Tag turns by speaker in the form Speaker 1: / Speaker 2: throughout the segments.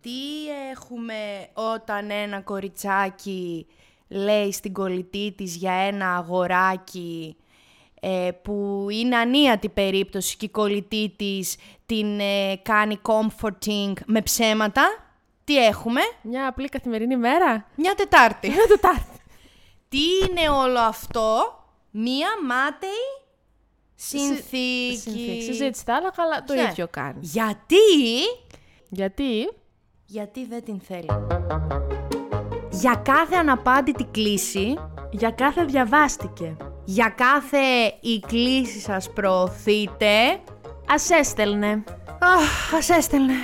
Speaker 1: Τι έχουμε όταν ένα κοριτσάκι λέει στην κολλητή της για ένα αγοράκι ε, που είναι ανίατη περίπτωση και η κολλητή της την ε, κάνει comforting με ψέματα. Τι έχουμε.
Speaker 2: Μια απλή καθημερινή μέρα.
Speaker 1: Μια Τετάρτη.
Speaker 2: Μια Τετάρτη.
Speaker 1: Τι είναι όλο αυτό. Μία μάταιη συνθήκη.
Speaker 2: Συνθήκη. Συζήτηση τα άλλα, αλλά το
Speaker 1: Ναι.
Speaker 2: ίδιο κάνει.
Speaker 1: Γιατί...
Speaker 2: Γιατί.
Speaker 1: Γιατί δεν την θέλει. Για κάθε αναπάντητη κλίση,
Speaker 2: Για κάθε διαβάστηκε.
Speaker 1: για κάθε η κλίση σας προωθείτε,
Speaker 2: Ας έστελνε.
Speaker 1: αχ, ας έστελνε.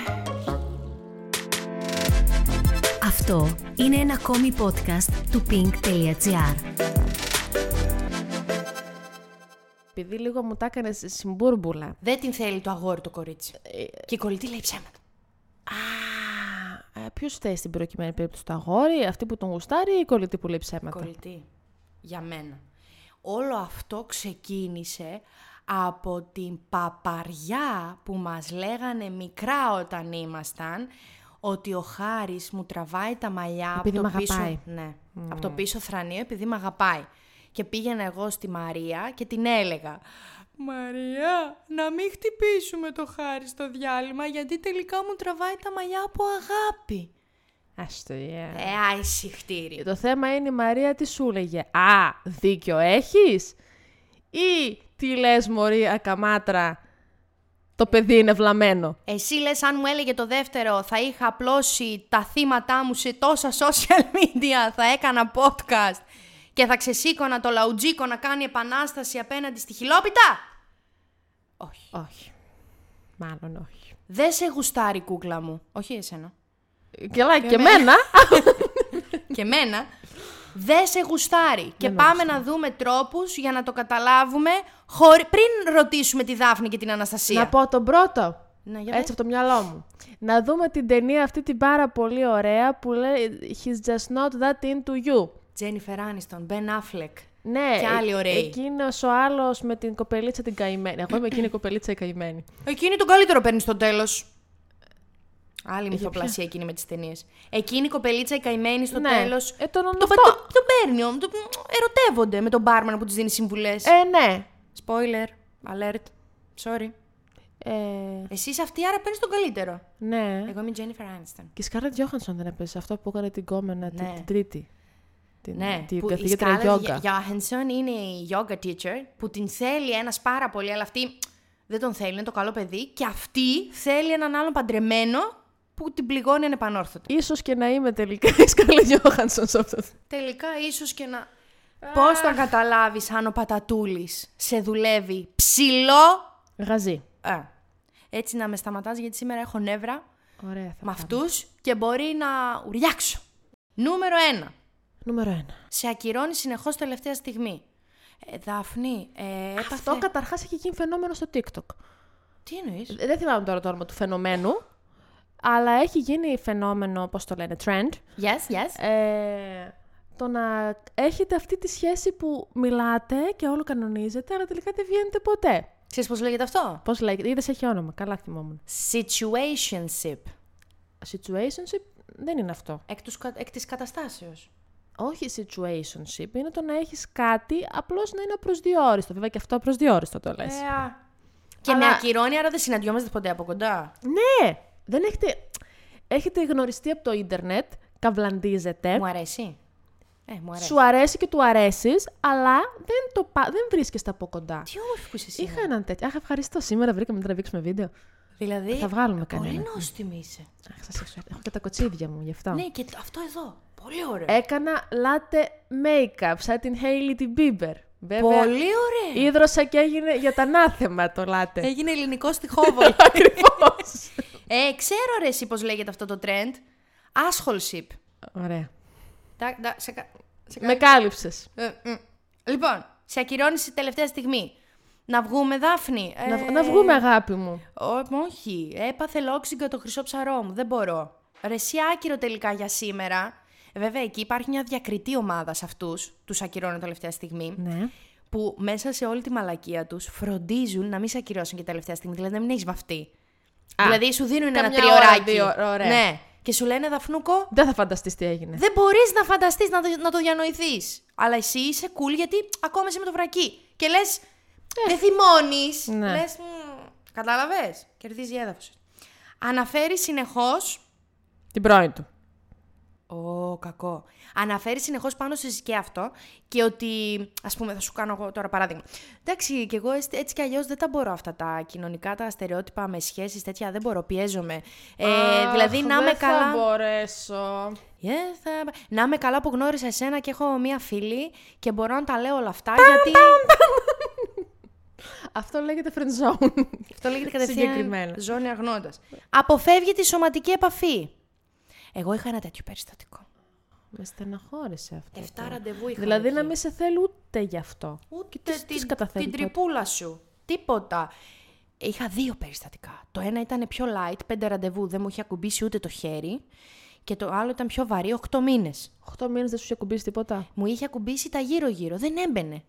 Speaker 3: Αυτό είναι ένα ακόμη podcast του pink.gr.
Speaker 2: Επειδή λίγο μου τα έκανες συμπούρμπουλα.
Speaker 1: Δεν την θέλει το αγόρι το κορίτσι. Και η κολλητή λέει ψέματα.
Speaker 2: Ποιο θέλει ε, στην προκειμένη περίπτωση το αγόρι, αυτή που τον γουστάρει ή η κολλητή που λέει ψέματα.
Speaker 1: Κολλητή. Για μένα. Όλο αυτό ξεκίνησε από την παπαριά που μας λέγανε μικρά όταν ήμασταν ότι ο Χάρης μου τραβάει τα μαλλιά
Speaker 2: Επειδή
Speaker 1: από,
Speaker 2: μ'
Speaker 1: το πίσω,
Speaker 2: αγαπάει. Mm.
Speaker 1: ναι, από το πίσω θρανίο επειδή με αγαπάει. Και πήγαινα εγώ στη Μαρία και την έλεγα «Μαρία, να μην χτυπήσουμε το Χάρη στο διάλειμμα γιατί τελικά μου τραβάει τα μαλλιά από αγάπη».
Speaker 2: Άστο, yeah.
Speaker 1: Ε, άισι χτύρι.
Speaker 2: Το θέμα είναι η Μαρία τι σου λέγε. Α, δίκιο έχεις. Ή τι λες μωρή ακαμάτρα, το παιδί είναι βλαμμένο.
Speaker 1: Εσύ λες αν μου έλεγε το δεύτερο θα είχα απλώσει τα θύματά μου σε τόσα social media, θα έκανα podcast και θα ξεσήκωνα το λαουτζίκο να κάνει επανάσταση απέναντι στη χιλόπιτα. Όχι.
Speaker 2: Όχι. Μάλλον όχι.
Speaker 1: Δεν σε γουστάρει κούκλα μου. Όχι εσένα.
Speaker 2: Καλά, και εμένα.
Speaker 1: και εμένα. Δεν σε γουστάρει. Και πάμε να δούμε τρόπους για να το καταλάβουμε χωρι... πριν ρωτήσουμε τη Δάφνη και την Αναστασία.
Speaker 2: Να πω τον πρώτο.
Speaker 1: Ναι, για
Speaker 2: Έτσι από το μυαλό μου. Να δούμε την ταινία αυτή την πάρα πολύ ωραία που λέει He's just not that into you.
Speaker 1: Τζένιφερ Άνιστον, Μπεν Αφλεκ.
Speaker 2: Ναι,
Speaker 1: Και άλλοι
Speaker 2: ε-
Speaker 1: ωραίοι.
Speaker 2: εκείνος ο άλλος με την κοπελίτσα την καημένη. Εγώ είμαι εκείνη η κοπελίτσα η καημένη.
Speaker 1: Εκείνη τον καλύτερο παίρνεις στο τέλος. Άλλη
Speaker 2: ποια?
Speaker 1: μυθοπλασία εκείνη με τις ταινίες. Εκείνη η κοπελίτσα η καημένη στο
Speaker 2: Ναι.
Speaker 1: τέλος.
Speaker 2: Ε, τον
Speaker 1: το,
Speaker 2: αυτό.
Speaker 1: το, το παίρνει, ο- το, ερωτεύονται με τον μπάρμαν που της δίνει συμβουλές.
Speaker 2: Ε, ναι.
Speaker 1: Spoiler, alert, sorry.
Speaker 2: Ε,
Speaker 1: Εσύ είσαι αυτή, άρα παίρνεις τον καλύτερο.
Speaker 2: ναι.
Speaker 1: Εγώ είμαι η Jennifer Aniston.
Speaker 2: Και η Σκάρλετ Γιώχανσον δεν έπαιζε αυτό που έκανε την κόμενα την,
Speaker 1: Ναι.
Speaker 2: την Τρίτη. Την,
Speaker 1: Ναι,
Speaker 2: την
Speaker 1: που η
Speaker 2: καθηγήτρια
Speaker 1: Scarlett
Speaker 2: Γιόγκα.
Speaker 1: Johansson είναι η yoga teacher που την θέλει ένας πάρα πολύ, αλλά αυτή δεν τον θέλει, είναι το καλό παιδί και αυτή θέλει έναν άλλον παντρεμένο που την πληγώνει ανεπανόρθωτη.
Speaker 2: Ίσως και να είμαι τελικά η Σκάρλετ Γιώχανσον σε αυτό.
Speaker 1: Τελικά ίσως και να... Πώς θα καταλάβεις αν ο Πατατούλης σε δουλεύει ψηλό...
Speaker 2: Γαζί.
Speaker 1: Ε, έτσι να με σταματάς γιατί σήμερα έχω νεύρα
Speaker 2: Ωραία θα
Speaker 1: με
Speaker 2: πάμε.
Speaker 1: αυτούς και μπορεί να ουριάξω. Νούμερο 1.
Speaker 2: Νούμερο ένα.
Speaker 1: Σε ακυρώνει συνεχώς τελευταία στιγμή. Ε, Δάφνη, ε, έπαθε...
Speaker 2: Αυτό καταρχάς έχει γίνει φαινόμενο στο TikTok.
Speaker 1: Τι εννοείς?
Speaker 2: Ε, Δεν θυμάμαι τώρα το όνομα του φαινομένου. Αλλά έχει γίνει φαινόμενο, πώς το λένε, trend.
Speaker 1: Yes, yes.
Speaker 2: Ε, το να έχετε αυτή τη σχέση που μιλάτε και όλο κανονίζετε, αλλά τελικά δεν βγαίνετε ποτέ.
Speaker 1: Ξέρεις πώς λέγεται αυτό?
Speaker 2: Πώς λέγεται, είδες έχει όνομα, καλά θυμόμουν.
Speaker 1: Situationship.
Speaker 2: Situationship δεν είναι αυτό.
Speaker 1: Εκ, τους, κα- εκ της καταστάσεως.
Speaker 2: Όχι situationship, είναι το να έχεις κάτι απλώς να είναι απροσδιόριστο. Βέβαια και αυτό απροσδιόριστο το
Speaker 1: Ε,
Speaker 2: λες.
Speaker 1: Και με
Speaker 2: Αλλά-
Speaker 1: ακυρώνει, άρα δεν συναντιόμαστε ποτέ από κοντά.
Speaker 2: Ναι! Δεν έχετε... Έχετε γνωριστεί από το ίντερνετ, καβλαντίζετε,
Speaker 1: Μου αρέσει. Ε, μου αρέσει.
Speaker 2: σου αρέσει και του αρέσεις, αλλά δεν, το πα... δεν βρίσκεστε από κοντά.
Speaker 1: Τι όμορφη που είσαι εσύ.
Speaker 2: Είχα έναν τέτοιο. Αχ, ευχαριστώ. Σήμερα βρήκαμε να τραβήξουμε βίντεο.
Speaker 1: Δηλαδή,
Speaker 2: Ε, Θα βγάλουμε
Speaker 1: πολύ
Speaker 2: κανένα.
Speaker 1: νόστιμη είσαι.
Speaker 2: Αχ, σας ευχαριστώ. Έχω και τα κοτσίδια μου γι' αυτό.
Speaker 1: Ναι, και αυτό εδώ. Πολύ ωραίο.
Speaker 2: Ε, Έκανα latte make-up, σαν την Hailey την Bieber. Βέβαια, ε,
Speaker 1: πολύ ωραίο.
Speaker 2: ίδρωσα και έγινε για τα ανάθεμα το latte.
Speaker 1: Έγινε ελληνικό στοιχόβολο.
Speaker 2: ε, Ακριβώς.
Speaker 1: ε, ξέρω ρε εσύ πώς λέγεται αυτό το trend. Asshole
Speaker 2: Ωραία.
Speaker 1: Τα, τα, σε, κα- σε κα-
Speaker 2: Με κάλυψες.
Speaker 1: ε, μ. Λοιπόν, σε ακυρώνεις τη τελευταία στιγμή. Να βγούμε, Δάφνη. Ε,
Speaker 2: Να, να βγούμε, αγάπη μου.
Speaker 1: Ω, μ, όχι, έπαθε λόξιγκα το χρυσό ψαρό μου. Δεν μπορώ. Ρε, εσύ άκυρο τελικά για σήμερα. Ε, Βέβαια, εκεί υπάρχει μια διακριτή ομάδα σε αυτούς, τους ακυρώνω τελευταία στιγμή.
Speaker 2: Ναι.
Speaker 1: που μέσα σε όλη τη μαλακία τους φροντίζουν να μην σε ακυρώσουν και τελευταία στιγμή. Δηλαδή να μην έχεις βαφτεί.
Speaker 2: Α,
Speaker 1: δηλαδή σου δίνουν ένα
Speaker 2: καμιά
Speaker 1: τριωράκι.
Speaker 2: ώρα, δύο ώρα, ωραία.
Speaker 1: Ναι. Και και σου λένε Δαφνούκο,
Speaker 2: Δεν θα φανταστείς τι έγινε.
Speaker 1: δεν μπορείς να φανταστείς να, το- να το διανοηθείς. Αλλά εσύ είσαι cool γιατί ακόμα είσαι με το βρακί. Και λες. δεν θυμώνεις.
Speaker 2: Ε. Ναι.
Speaker 1: Λες. Κατάλαβες. Κερδίζει έδαφος. Αναφέρει συνεχώς
Speaker 2: Την πρώην του.
Speaker 1: Ω, κακό. Αναφέρει συνεχώς πάνω σε και αυτό και ότι. Ας πούμε, θα σου κάνω εγώ τώρα παράδειγμα. Εντάξει, κι εγώ εσ- έτσι κι αλλιώς δεν τα μπορώ αυτά τα κοινωνικά, τα στερεότυπα με σχέσεις τέτοια. Δεν μπορώ, πιέζομαι. Ε, δηλαδή, να είμαι καλά.
Speaker 2: Δεν θα μπορέσω.
Speaker 1: Ε, θα- Να είμαι καλά που γνώρισα εσένα και έχω μία φίλη και μπορώ να τα λέω όλα αυτά γιατί.
Speaker 2: Αυτό λέγεται friend zone.
Speaker 1: Αυτό λέγεται κατευθείαν
Speaker 2: Συγκεκριμένα.
Speaker 1: ζώνη αγνώντας. Αποφεύγει τη σωματική επαφή. Εγώ είχα ένα τέτοιο περιστατικό.
Speaker 2: Με στεναχώρησε αυτό.
Speaker 1: Εφτά ραντεβού είχα.
Speaker 2: Δηλαδή να μην σε θέλει ούτε γι' αυτό.
Speaker 1: Ούτε
Speaker 2: τι- τις
Speaker 1: την,
Speaker 2: σκαταθέτει
Speaker 1: την
Speaker 2: τότε?
Speaker 1: τρυπούλα σου. Τίποτα. Είχα δύο περιστατικά. Το ένα ήταν πιο light, πέντε ραντεβού, δεν μου είχε ακουμπήσει ούτε το χέρι. Και το άλλο ήταν πιο βαρύ, οχτώ μήνε.
Speaker 2: 8 μήνες δεν σου είχε κουμπίσει τίποτα.
Speaker 1: Μου είχε ακουμπήσει τα γύρω-γύρω, δεν έμπαινε.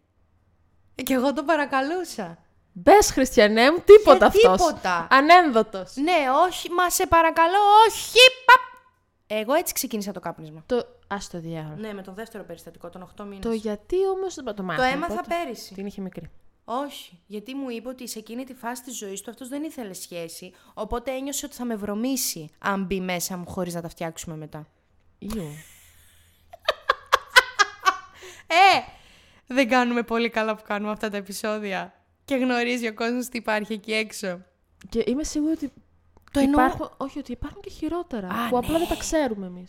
Speaker 1: Ε, Και εγώ τον παρακαλούσα.
Speaker 2: Μπες, Χριστιανέ μου, τίποτα
Speaker 1: Ε,
Speaker 2: αυτός.
Speaker 1: τίποτα.
Speaker 2: Ανένδοτος.
Speaker 1: Ναι, όχι, μα σε παρακαλώ, όχι, παπ. Εγώ έτσι ξεκίνησα το κάπνισμα.
Speaker 2: Το... Ας το διάλογο.
Speaker 1: Ναι, με το δεύτερο περιστατικό, των 8 μήνες.
Speaker 2: Το γιατί όμως δεν το
Speaker 1: Το
Speaker 2: μάθαμε.
Speaker 1: έμαθα
Speaker 2: πότε.
Speaker 1: πέρυσι.
Speaker 2: Την είχε μικρή.
Speaker 1: Όχι, γιατί μου είπε ότι σε εκείνη τη φάση της ζωής του αυτός δεν ήθελε σχέση, οπότε ένιωσε ότι θα με βρωμήσει αν μπει μέσα μου χωρίς να τα φτιάξουμε μετά.
Speaker 2: Ιού.
Speaker 1: Ε, δεν κάνουμε πολύ καλά που κάνουμε αυτά τα επεισόδια και γνωρίζει ο κόσμος τι υπάρχει εκεί έξω.
Speaker 2: Και είμαι σίγουρη ότι.
Speaker 1: Το εννοώ-
Speaker 2: υπάρχουν... Όχι, ότι υπάρχουν και χειρότερα.
Speaker 1: Α,
Speaker 2: που απλά
Speaker 1: ναι.
Speaker 2: δεν τα ξέρουμε εμείς.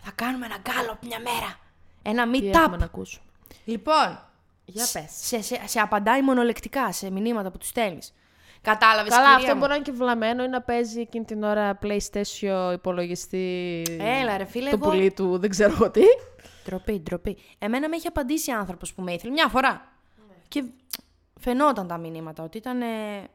Speaker 1: Θα κάνουμε ένα γκάλωπ μια μέρα. Ένα
Speaker 2: Τι έχουμε
Speaker 1: meet-up.
Speaker 2: να ακούσουμε.
Speaker 1: Λοιπόν,
Speaker 2: Για πες.
Speaker 1: σε, σε, σε απαντάει μονολεκτικά σε μηνύματα που τους στέλνεις. Κατάλαβες.
Speaker 2: Καλά, αυτό μπορεί να είναι και βλαμμένο ή να παίζει εκείνη την ώρα PlayStation υπολογιστή.
Speaker 1: Έλα, ρε, φίλε,
Speaker 2: Το
Speaker 1: εγώ-
Speaker 2: πουλί του, δεν ξέρω εγώ τι.
Speaker 1: Τροπή, ντροπή. Εμένα με έχει απαντήσει άνθρωπος που με ήθελε μια φορά. Και φαινόταν τα μηνύματα ότι ήταν. ε,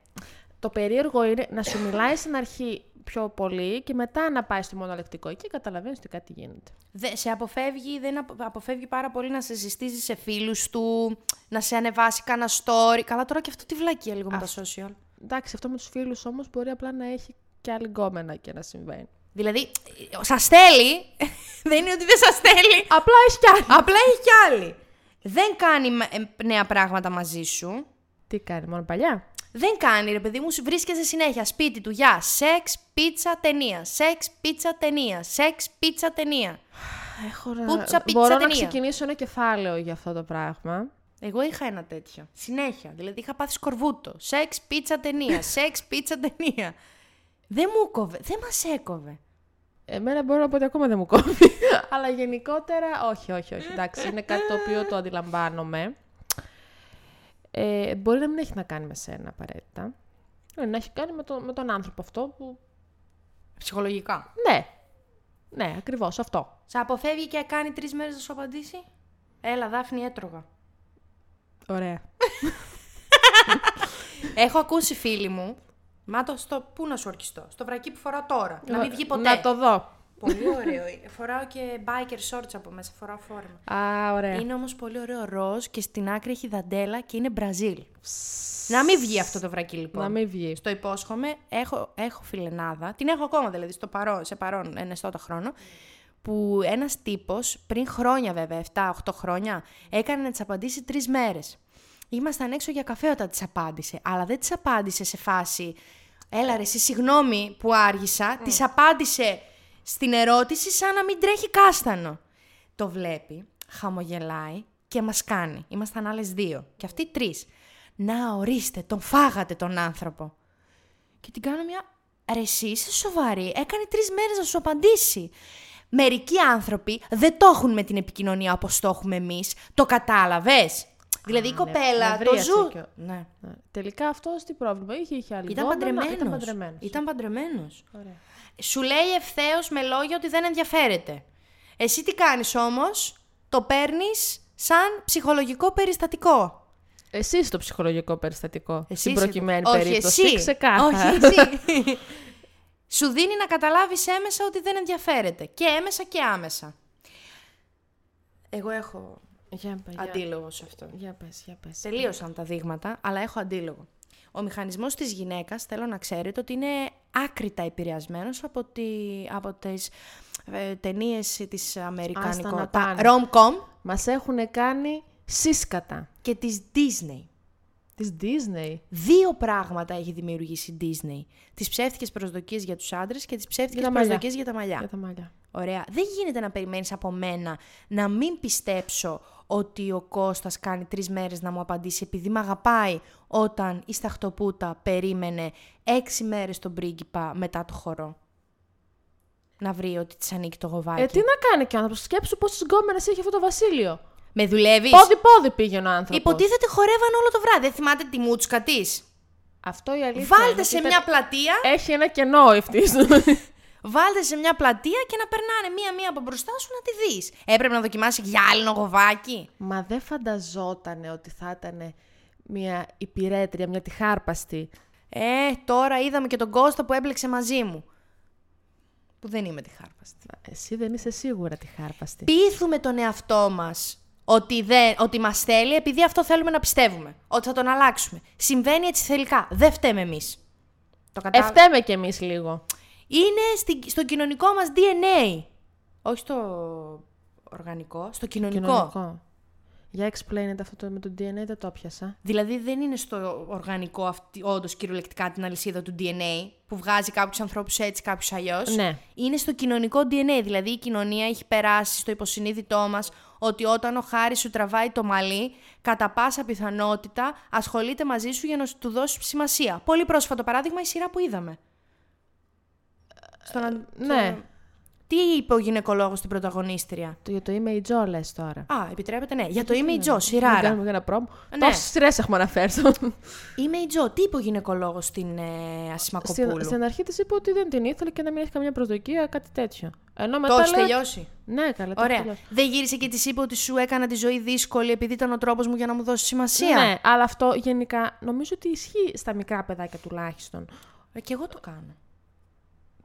Speaker 2: Το περίεργο είναι να σου μιλάει στην αρχή πιο πολύ και μετά να πάει στο μονολεκτικό. Εκεί καταλαβαίνεις ότι κάτι γίνεται.
Speaker 1: δε- σε αποφεύγει, δεν απο- αποφεύγει πάρα πολύ να σε συστήσει σε φίλους του, να σε ανεβάσει κανένα story. Καλά, τώρα και αυτό τη βλακία λίγο με τα social.
Speaker 2: Εντάξει, αυτό με τους φίλους όμως μπορεί απλά να έχει και άλλη γκόμενα και να συμβαίνει.
Speaker 1: Δηλαδή, σας στέλνει. δεν είναι ότι δεν σας στέλνει.
Speaker 2: Απλά έχει κι άλλη.
Speaker 1: Απλά έχει κι άλλη. Δεν κάνει ε, νέα πράγματα μαζί σου.
Speaker 2: Τι κάνει, μόνο παλιά.
Speaker 1: Δεν κάνει, ρε παιδί μου, σου βρίσκεσαι συνέχεια σπίτι του για σεξ, πίτσα, ταινία. Σεξ, πίτσα, ταινία. Σεξ, πίτσα, ταινία.
Speaker 2: Έχω να...
Speaker 1: Πουτσα, πίτσα,
Speaker 2: Μπορώ να
Speaker 1: ταινία.
Speaker 2: ξεκινήσω ένα κεφάλαιο για αυτό το πράγμα.
Speaker 1: Εγώ είχα ένα τέτοιο. Συνέχεια. Δηλαδή είχα πάθει σκορβούτο. Σεξ, πίτσα, ταινία. Σεξ, πίτσα, ταινία. Δεν μου κόβε. Δεν μας έκοβε.
Speaker 2: Εμένα μπορώ να πω ότι ακόμα δεν μου κόβει. Αλλά γενικότερα, όχι, όχι, όχι. Εντάξει, είναι κάτι το οποίο το αντιλαμβάνομαι. Ε, μπορεί να μην έχει να κάνει με σένα απαραίτητα. Ε, να έχει κάνει με, το, με τον άνθρωπο αυτό που.
Speaker 1: Ψυχολογικά.
Speaker 2: Ναι. Ναι, ακριβώς αυτό.
Speaker 1: Σε αποφεύγει και κάνει τρεις μέρες να σου απαντήσει. Έλα, Δάφνη, έτρωγα.
Speaker 2: Ωραία.
Speaker 1: Έχω ακούσει φίλοι μου. Μα το στο. Πού να σου ορκιστώ. Στο βρακί που φοράω τώρα. Να μην βγει ποτέ.
Speaker 2: Να το δω.
Speaker 1: Πολύ ωραίο. είναι. Φοράω και biker shorts από μέσα. Φοράω φόρμα.
Speaker 2: Α, ωραία.
Speaker 1: Είναι όμως πολύ ωραίο ροζ και στην άκρη έχει δαντέλα και είναι Μπραζίλ. Να μην βγει αυτό το βρακί λοιπόν.
Speaker 2: Να μην βγει.
Speaker 1: Στο υπόσχομαι, έχω, έχω φιλενάδα, την έχω ακόμα δηλαδή, στο παρόν, σε παρόν, ενεστώτα χρόνο, που ένας τύπος, πριν χρόνια βέβαια, 7-8 χρόνια, έκανε να της απαντήσει τρεις μέρες. Ήμασταν έξω για καφέ όταν της απάντησε, αλλά δεν της απάντησε σε φάση «Έλα ρε, εσύ συγγνώμη που άργησα», της απάντησε στην ερώτηση σαν να μην τρέχει κάστανο. Το βλέπει, χαμογελάει και μας κάνει. Ήμασταν άλλες δύο και αυτοί τρεις. Να ορίστε, τον φάγατε τον άνθρωπο. Και την κάνω μια. Ρε εσύ είσαι σοβαρή. Έκανε τρεις μέρες να σου απαντήσει. Μερικοί άνθρωποι δεν το έχουν με την επικοινωνία όπως το έχουμε εμείς. Το κατάλαβες. Δηλαδή η
Speaker 2: ναι,
Speaker 1: κοπέλα
Speaker 2: με
Speaker 1: το
Speaker 2: βρίασε
Speaker 1: ζου.
Speaker 2: κι ο-
Speaker 1: Ναι.
Speaker 2: Ναι. Τελικά αυτός τι πρόβλημα. Είχε, είχε άλλη
Speaker 1: Ήταν
Speaker 2: γκόμενα,
Speaker 1: παντρεμένο.
Speaker 2: Ήταν παντρεμένος.
Speaker 1: Ήταν παντρεμένος.
Speaker 2: Ωραία.
Speaker 1: Σου λέει ευθέως με λόγια ότι δεν ενδιαφέρεται. Εσύ τι κάνεις όμως, το παίρνεις σαν ψυχολογικό περιστατικό.
Speaker 2: Εσύ είσαι το ψυχολογικό περιστατικό.
Speaker 1: Εσύ
Speaker 2: στην
Speaker 1: είσαι το-
Speaker 2: προκειμένη
Speaker 1: Όχι,
Speaker 2: περίπτωση.
Speaker 1: εσύ.
Speaker 2: Ξεκάθαρα.
Speaker 1: Όχι, εσύ. Σου δίνει να καταλάβεις έμεσα ότι δεν ενδιαφέρεται. Και έμεσα και άμεσα. Εγώ έχω
Speaker 2: Για, πα- για,
Speaker 1: αντίλογο σε αυτό.
Speaker 2: για πες, για πες.
Speaker 1: Τελείωσαν τα δείγματα, αλλά έχω αντίλογο. Ο μηχανισμός της γυναίκας, θέλω να ξέρετε, ότι είναι άκρητα επηρεασμένος από, τη, από τις ε, ταινίες της αμερικανικών, τα
Speaker 2: να πάνε.
Speaker 1: rom-com
Speaker 2: Μας έχουν κάνει σύσκατα.
Speaker 1: και της Disney.
Speaker 2: Της Disney.
Speaker 1: Δύο πράγματα έχει δημιουργήσει η Disney. Τις ψεύτικες προσδοκίες για τους άντρες και τις ψεύτικες
Speaker 2: τα μαλλιά.
Speaker 1: προσδοκίες για τα μαλλιά.
Speaker 2: Για τα μαλλιά.
Speaker 1: Ωραία. Δεν γίνεται να περιμένεις από μένα να μην πιστέψω ότι ο Κώστας κάνει τρεις μέρες να μου απαντήσει επειδή με αγαπάει όταν η Σταχτοπούτα περίμενε έξι μέρες τον πρίγκιπα μετά το χορό. Να βρει ότι της ανήκει το γοβάκι.
Speaker 2: Ε, τι να κάνει και ο άνθρωπος. Σκέψου πόσες γκόμενες έχει αυτό το βασίλειο.
Speaker 1: Με δουλεύεις.
Speaker 2: Πόδι-πόδι πήγαινε ο άνθρωπος.
Speaker 1: Υποτίθεται χορεύαν όλο το βράδυ. Δεν θυμάται τη μούτσκα της.
Speaker 2: Αυτό η αλήθεια
Speaker 1: Βάλτε
Speaker 2: είναι
Speaker 1: σε
Speaker 2: ότι
Speaker 1: μια πλατεία
Speaker 2: Έχει ένα κενό αυτή.
Speaker 1: Βάλτε σε μια πλατεία και να περνάνε μία-μία από μπροστά σου να τη δεις. Έπρεπε να δοκιμάσει γυάλινο γοβάκι.
Speaker 2: Μα δεν φανταζόταν ότι θα ήταν μια υπηρέτρια, μια τυχάρπαστη.
Speaker 1: Ε, τώρα είδαμε και τον Κώστα που έμπλεξε μαζί μου. Που δεν είμαι τη χάρπαστη.
Speaker 2: Εσύ δεν είσαι σίγουρα τυχάρπαστη.
Speaker 1: Πείθουμε τον εαυτό μας ότι, δεν- ότι μας θέλει επειδή αυτό θέλουμε να πιστεύουμε. Ότι θα τον αλλάξουμε. Συμβαίνει έτσι θελικά. Δεν φταίμε εμείς. Το κατάλαβα.
Speaker 2: Εφταίμε κι εμείς λίγο.
Speaker 1: Είναι στην- στο κοινωνικό μας DNA. Όχι στο οργανικό, στο κοινωνικό.
Speaker 2: Κοινωνικό. Για explain it αυτό το, με το DNA, δεν το πιάσα.
Speaker 1: Δηλαδή δεν είναι στο οργανικό αυτή, όντως κυριολεκτικά την αλυσίδα του DNA που βγάζει κάποιους ανθρώπους έτσι, κάποιους αλλιώς.
Speaker 2: Ναι.
Speaker 1: Είναι στο κοινωνικό DNA, δηλαδή η κοινωνία έχει περάσει στο υποσυνείδητό μας ότι όταν ο Χάρης σου τραβάει το μαλλί, κατά πάσα πιθανότητα ασχολείται μαζί σου για να σου του δώσει σημασία. Πολύ πρόσφατο παράδειγμα η σειρά που είδαμε. Στον αν-
Speaker 2: Ναι.
Speaker 1: Τι είπε ο γυναικολόγος στην πρωταγωνίστρια.
Speaker 2: Το, για το image all λες τώρα.
Speaker 1: Α, επιτρέπετε, ναι. Για το είμαι η Τζο,
Speaker 2: Δεν
Speaker 1: σειράρα.
Speaker 2: κάνουμε κανένα πρόμο.
Speaker 1: Ναι.
Speaker 2: Τόσες σειρές έχουμε αναφέρει.
Speaker 1: Είμαι η Τζο. Τι είπε ο γυναικολόγος στην ε, Ασημακοπούλου.
Speaker 2: στην, στην αρχή της είπε ότι δεν την ήθελε και να μην έχει καμία προσδοκία, κάτι τέτοιο. Ενώ μετά
Speaker 1: Το έχεις
Speaker 2: λέει-
Speaker 1: τελειώσει.
Speaker 2: Ναι, καλά. το
Speaker 1: Ωραία.
Speaker 2: έχω τελειώσει.
Speaker 1: Δεν γύρισε και της είπε ότι σου έκανα τη ζωή δύσκολη επειδή ήταν ο τρόπος μου για να μου δώσεις σημασία.
Speaker 2: Ναι, αλλά αυτό γενικά νομίζω ότι ισχύει στα μικρά παιδάκια τουλάχιστον.
Speaker 1: Ε, Και εγώ το κάνω.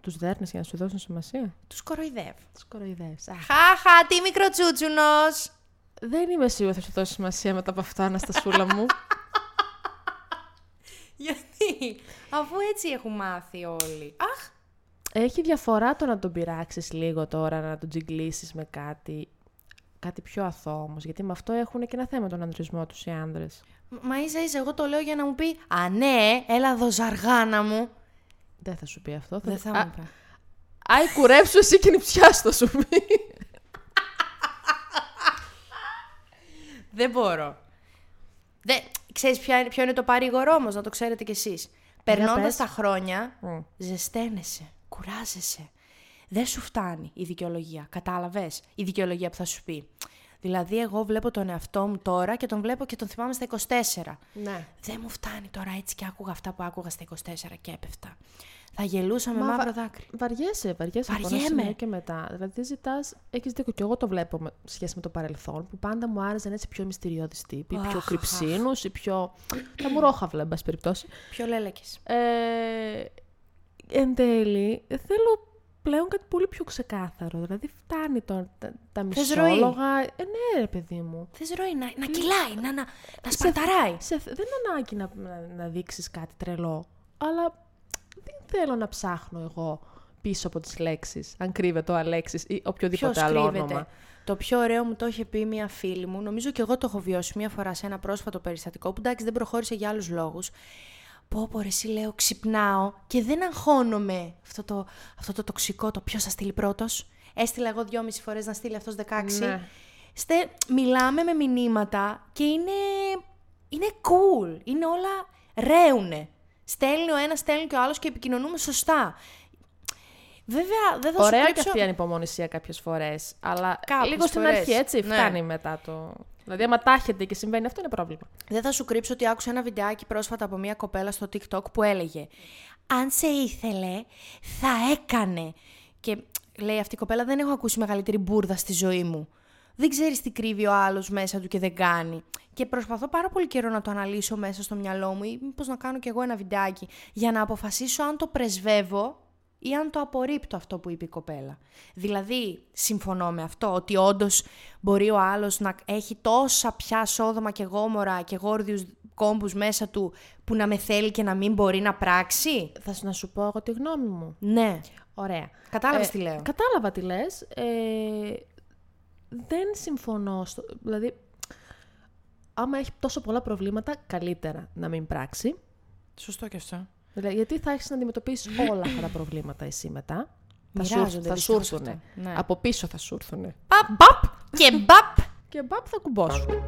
Speaker 2: Τους δέρνεις για να σου δώσουν σημασία.
Speaker 1: Τους κοροϊδεύω.
Speaker 2: Τους κοροϊδεύεις. Αχ,
Speaker 1: Χαχα, τι μικροτσούτσουνος!
Speaker 2: Δεν είμαι σίγουρη θα σου δώσει σημασία μετά από αυτά, Αναστασούλα μου.
Speaker 1: Γιατί, αφού έτσι έχουν μάθει όλοι. Αχ,
Speaker 2: Έχει διαφορά το να τον πειράξεις λίγο τώρα, να τον τζιγκλίσεις με κάτι. Κάτι πιο αθώο όμως, γιατί με αυτό έχουν και ένα θέμα τον ανδρισμό τους οι άνδρες.
Speaker 1: μα ίσα ίσα εγώ το λέω για να μου πει Α, ναι, έλα εδώ, ζαργάνα μου.
Speaker 2: Δεν θα σου πει αυτό.
Speaker 1: Δεν θα
Speaker 2: Α,
Speaker 1: μου πει.
Speaker 2: Άι, κουρέψου εσύ και νηψιάσου, θα σου πει.
Speaker 1: Δεν μπορώ. Δε, ξέρεις ποια είναι- ποιο είναι το παρήγορό όμως, να το ξέρετε κι εσείς. Περνώντας
Speaker 2: πες.
Speaker 1: τα χρόνια,
Speaker 2: Μμ.
Speaker 1: ζεσταίνεσαι, κουράζεσαι. Δεν σου φτάνει η δικαιολογία, κατάλαβες, η δικαιολογία που θα σου πει. Δηλαδή, εγώ βλέπω τον εαυτό μου τώρα και τον βλέπω και τον θυμάμαι στα 24.
Speaker 2: Ναι.
Speaker 1: Δεν μου φτάνει τώρα έτσι και άκουγα αυτά που άκουγα στα 24 και έπεφτα. Θα γελούσα με
Speaker 2: Μα
Speaker 1: μαύρο
Speaker 2: βα-
Speaker 1: δάκρυ.
Speaker 2: Βαριέσαι, βαριέσαι από ένα
Speaker 1: Βαριέμαι.
Speaker 2: σημείο και μετά. Δηλαδή, δεν ζητάς. Έχεις δίκιο. Και εγώ το βλέπω με σχέση με το παρελθόν, που πάντα μου άρεσαν έτσι πιο μυστηριώδεις τύποι,
Speaker 1: Αχ,
Speaker 2: πιο
Speaker 1: αχ.
Speaker 2: κρυψίνους ή πιο. τα μουρόχαυλα, εν πάση περιπτώσει.
Speaker 1: Ποιο λέλεκες.
Speaker 2: Ε, εν τέλει, θέλω πλέον κάτι πολύ πιο ξεκάθαρο. Δηλαδή, φτάνει τώρα τα, τα
Speaker 1: Θες
Speaker 2: μισόλογα. Ε, ναι, ρε παιδί μου.
Speaker 1: Θες ροή να, να κυλάει, να, να, να σπαρταράει.
Speaker 2: Ναι. Σε, δεν είναι ανάγκη να, να, να δείξεις κάτι τρελό, αλλά δεν θέλω να ψάχνω εγώ πίσω από τις λέξεις, αν κρύβεται ο Αλέξης ή οποιοδήποτε
Speaker 1: Ποιος
Speaker 2: άλλο
Speaker 1: κρύβεται.
Speaker 2: όνομα.
Speaker 1: Το πιο ωραίο μου το είχε πει μία φίλη μου. Νομίζω και εγώ το έχω βιώσει μία φορά σε ένα πρόσφατο περιστατικό που εντάξει δεν προχώρησε για άλλους λόγους. Πω πω ρε, εσύ λέω ξυπνάω και δεν αγχώνομαι αυτό το, αυτό το τοξικό το ποιος θα στείλει πρώτος. Έστειλα εγώ δυόμιση φορές να στείλει αυτός 16.
Speaker 2: Ναι.
Speaker 1: Στε, μιλάμε με μηνύματα και είναι, είναι cool. Είναι όλα ρέουνε. Στέλνει ο ένας, στέλνει και ο άλλος και επικοινωνούμε σωστά. Βέβαια, δεν θα σου
Speaker 2: Ωραία και
Speaker 1: κρύψω-
Speaker 2: αυτή η ανυπομονησία κάποιες φορές, αλλά
Speaker 1: Κάποιες
Speaker 2: λίγο στην
Speaker 1: φορές.
Speaker 2: αρχή, έτσι,
Speaker 1: Ναι.
Speaker 2: φτάνει μετά το... Δηλαδή, άμα τάχεται και συμβαίνει, αυτό είναι πρόβλημα.
Speaker 1: Δεν θα σου κρύψω ότι άκουσα ένα βιντεάκι πρόσφατα από μια κοπέλα στο TikTok που έλεγε «Αν σε ήθελε, θα έκανε». Και λέει αυτή η κοπέλα «Δεν έχω ακούσει μεγαλύτερη μπουρδα στη ζωή μου». Δεν ξέρεις τι κρύβει ο άλλος μέσα του και δεν κάνει. Και προσπαθώ πάρα πολύ καιρό να το αναλύσω μέσα στο μυαλό μου ή μήπως να κάνω κι εγώ ένα βιντεάκι για να αποφασίσω αν το πρεσβεύω ή αν το απορρίπτω αυτό που είπε η κοπέλα. Δηλαδή, συμφωνώ με αυτό, ότι όντως μπορεί ο άλλος να έχει τόσα πια σόδομα και γόμορα και γόρδιους κόμπους μέσα του που να με θέλει και να μην μπορεί να πράξει.
Speaker 2: Θα σου, να σου πω εγώ τη γνώμη μου.
Speaker 1: Ναι.
Speaker 2: Ωραία.
Speaker 1: Κατάλαβες
Speaker 2: Ε,
Speaker 1: τι λέω.
Speaker 2: Κατάλαβα τι λες. Ε, δεν συμφωνώ. Στο, δηλαδή, άμα έχει τόσο πολλά προβλήματα, καλύτερα να μην πράξει.
Speaker 1: Σωστό και αυτό.
Speaker 2: Δηλαδή, γιατί θα έχεις να αντιμετωπίσεις όλα αυτά τα προβλήματα εσύ μετά. Θα σου,
Speaker 1: Μοιράζονται
Speaker 2: θα σου
Speaker 1: δυστυχώς
Speaker 2: έρθουνε.
Speaker 1: αυτά. Ναι.
Speaker 2: Από πίσω θα σου έρθουνε.
Speaker 1: Παπ, παπ και μπαπ.
Speaker 2: Και μπαπ θα κουμπώσουν.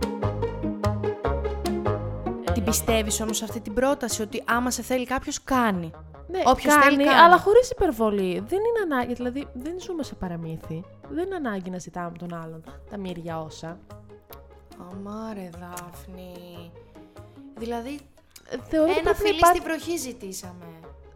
Speaker 1: Την πιστεύεις όμως αυτή την πρόταση ότι άμα σε θέλει κάποιος κάνει.
Speaker 2: Ναι,
Speaker 1: Όποιος
Speaker 2: κάνει,
Speaker 1: θέλει, κάνει.
Speaker 2: αλλά χωρίς υπερβολή. Δεν είναι ανάγκη, δηλαδή δεν ζούμε σε παραμύθι. Δεν είναι ανάγκη να ζητάμε από τον άλλον τα μύρια όσα.
Speaker 1: Αμάρε Δάφνη. Δηλαδή
Speaker 2: Ε, Θεωρώ ότι
Speaker 1: ένα
Speaker 2: πρέπει να
Speaker 1: φιλί
Speaker 2: υπάρχει-
Speaker 1: στη βροχή ζητήσαμε.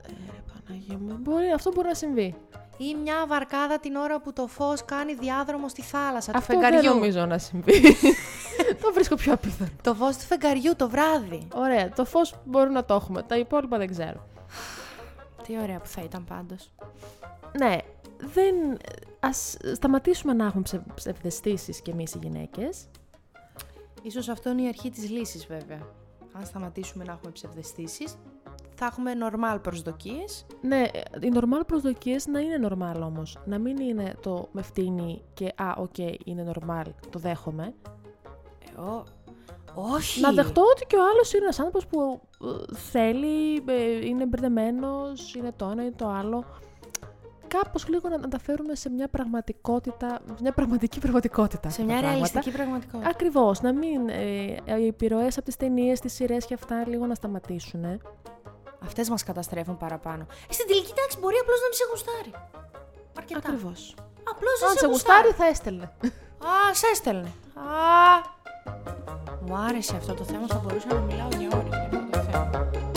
Speaker 2: Ρε Παναγία μου, μπορεί, αυτό μπορεί να συμβεί.
Speaker 1: Ή μια βαρκάδα την ώρα που το φως κάνει διάδρομο στη θάλασσα του
Speaker 2: Αυτό
Speaker 1: φεγγαριού.
Speaker 2: δεν νομίζω να συμβεί. το βρίσκω πιο απίθανο.
Speaker 1: Το φως του φεγγαριού το βράδυ.
Speaker 2: Ωραία, το φως μπορούμε να το έχουμε. Τα υπόλοιπα δεν ξέρω.
Speaker 1: Τι ωραία που θα ήταν πάντως.
Speaker 2: Ναι, δεν... Ας σταματήσουμε να έχουμε ψευ- ψευδαισθήσεις κι εμείς οι γυναίκες.
Speaker 1: Ίσως αυτό είναι η αρχή της λύσης βέβαια. Αν σταματήσουμε να έχουμε ψευδεστήσεις, θα έχουμε normal προσδοκίες.
Speaker 2: Ναι, ε, οι normal προσδοκίες να είναι normal όμως. Να μην είναι το με φτύνει και α, οκ, είναι normal, το δέχομαι.
Speaker 1: Εγώ... Ε, Όχι!
Speaker 2: Να δεχτώ ότι και ο άλλος είναι ένας άνθρωπος που ε, θέλει, ε, είναι μπερδεμένος, είναι το ένα ή το άλλο. Κάπως λίγο να να τα φέρουμε σε μια πραγματικότητα, μια πραγματική πραγματικότητα.
Speaker 1: Σε
Speaker 2: αυτά
Speaker 1: μια
Speaker 2: τα πράγματα.
Speaker 1: ρεαλιστική πραγματικότητα.
Speaker 2: Ακριβώς, να μην ε, οι επιρροές από τις ταινίες, τις σειρές και αυτά λίγο να σταματήσουν.
Speaker 1: Αυτές μας καταστρέφουν παραπάνω. Ε, Στην τελική τάξη μπορεί απλώς να μην σε γουστάρει. Αρκετά.
Speaker 2: Ακριβώς.
Speaker 1: Απλώς
Speaker 2: Αν
Speaker 1: δεν
Speaker 2: σε γουστάρει θα έστελνε.
Speaker 1: Α, σε έστελνε. Α. Μου άρεσε αυτό το θέμα, θα μπορούσα να μιλάω για ώρες για αυτό το θέμα.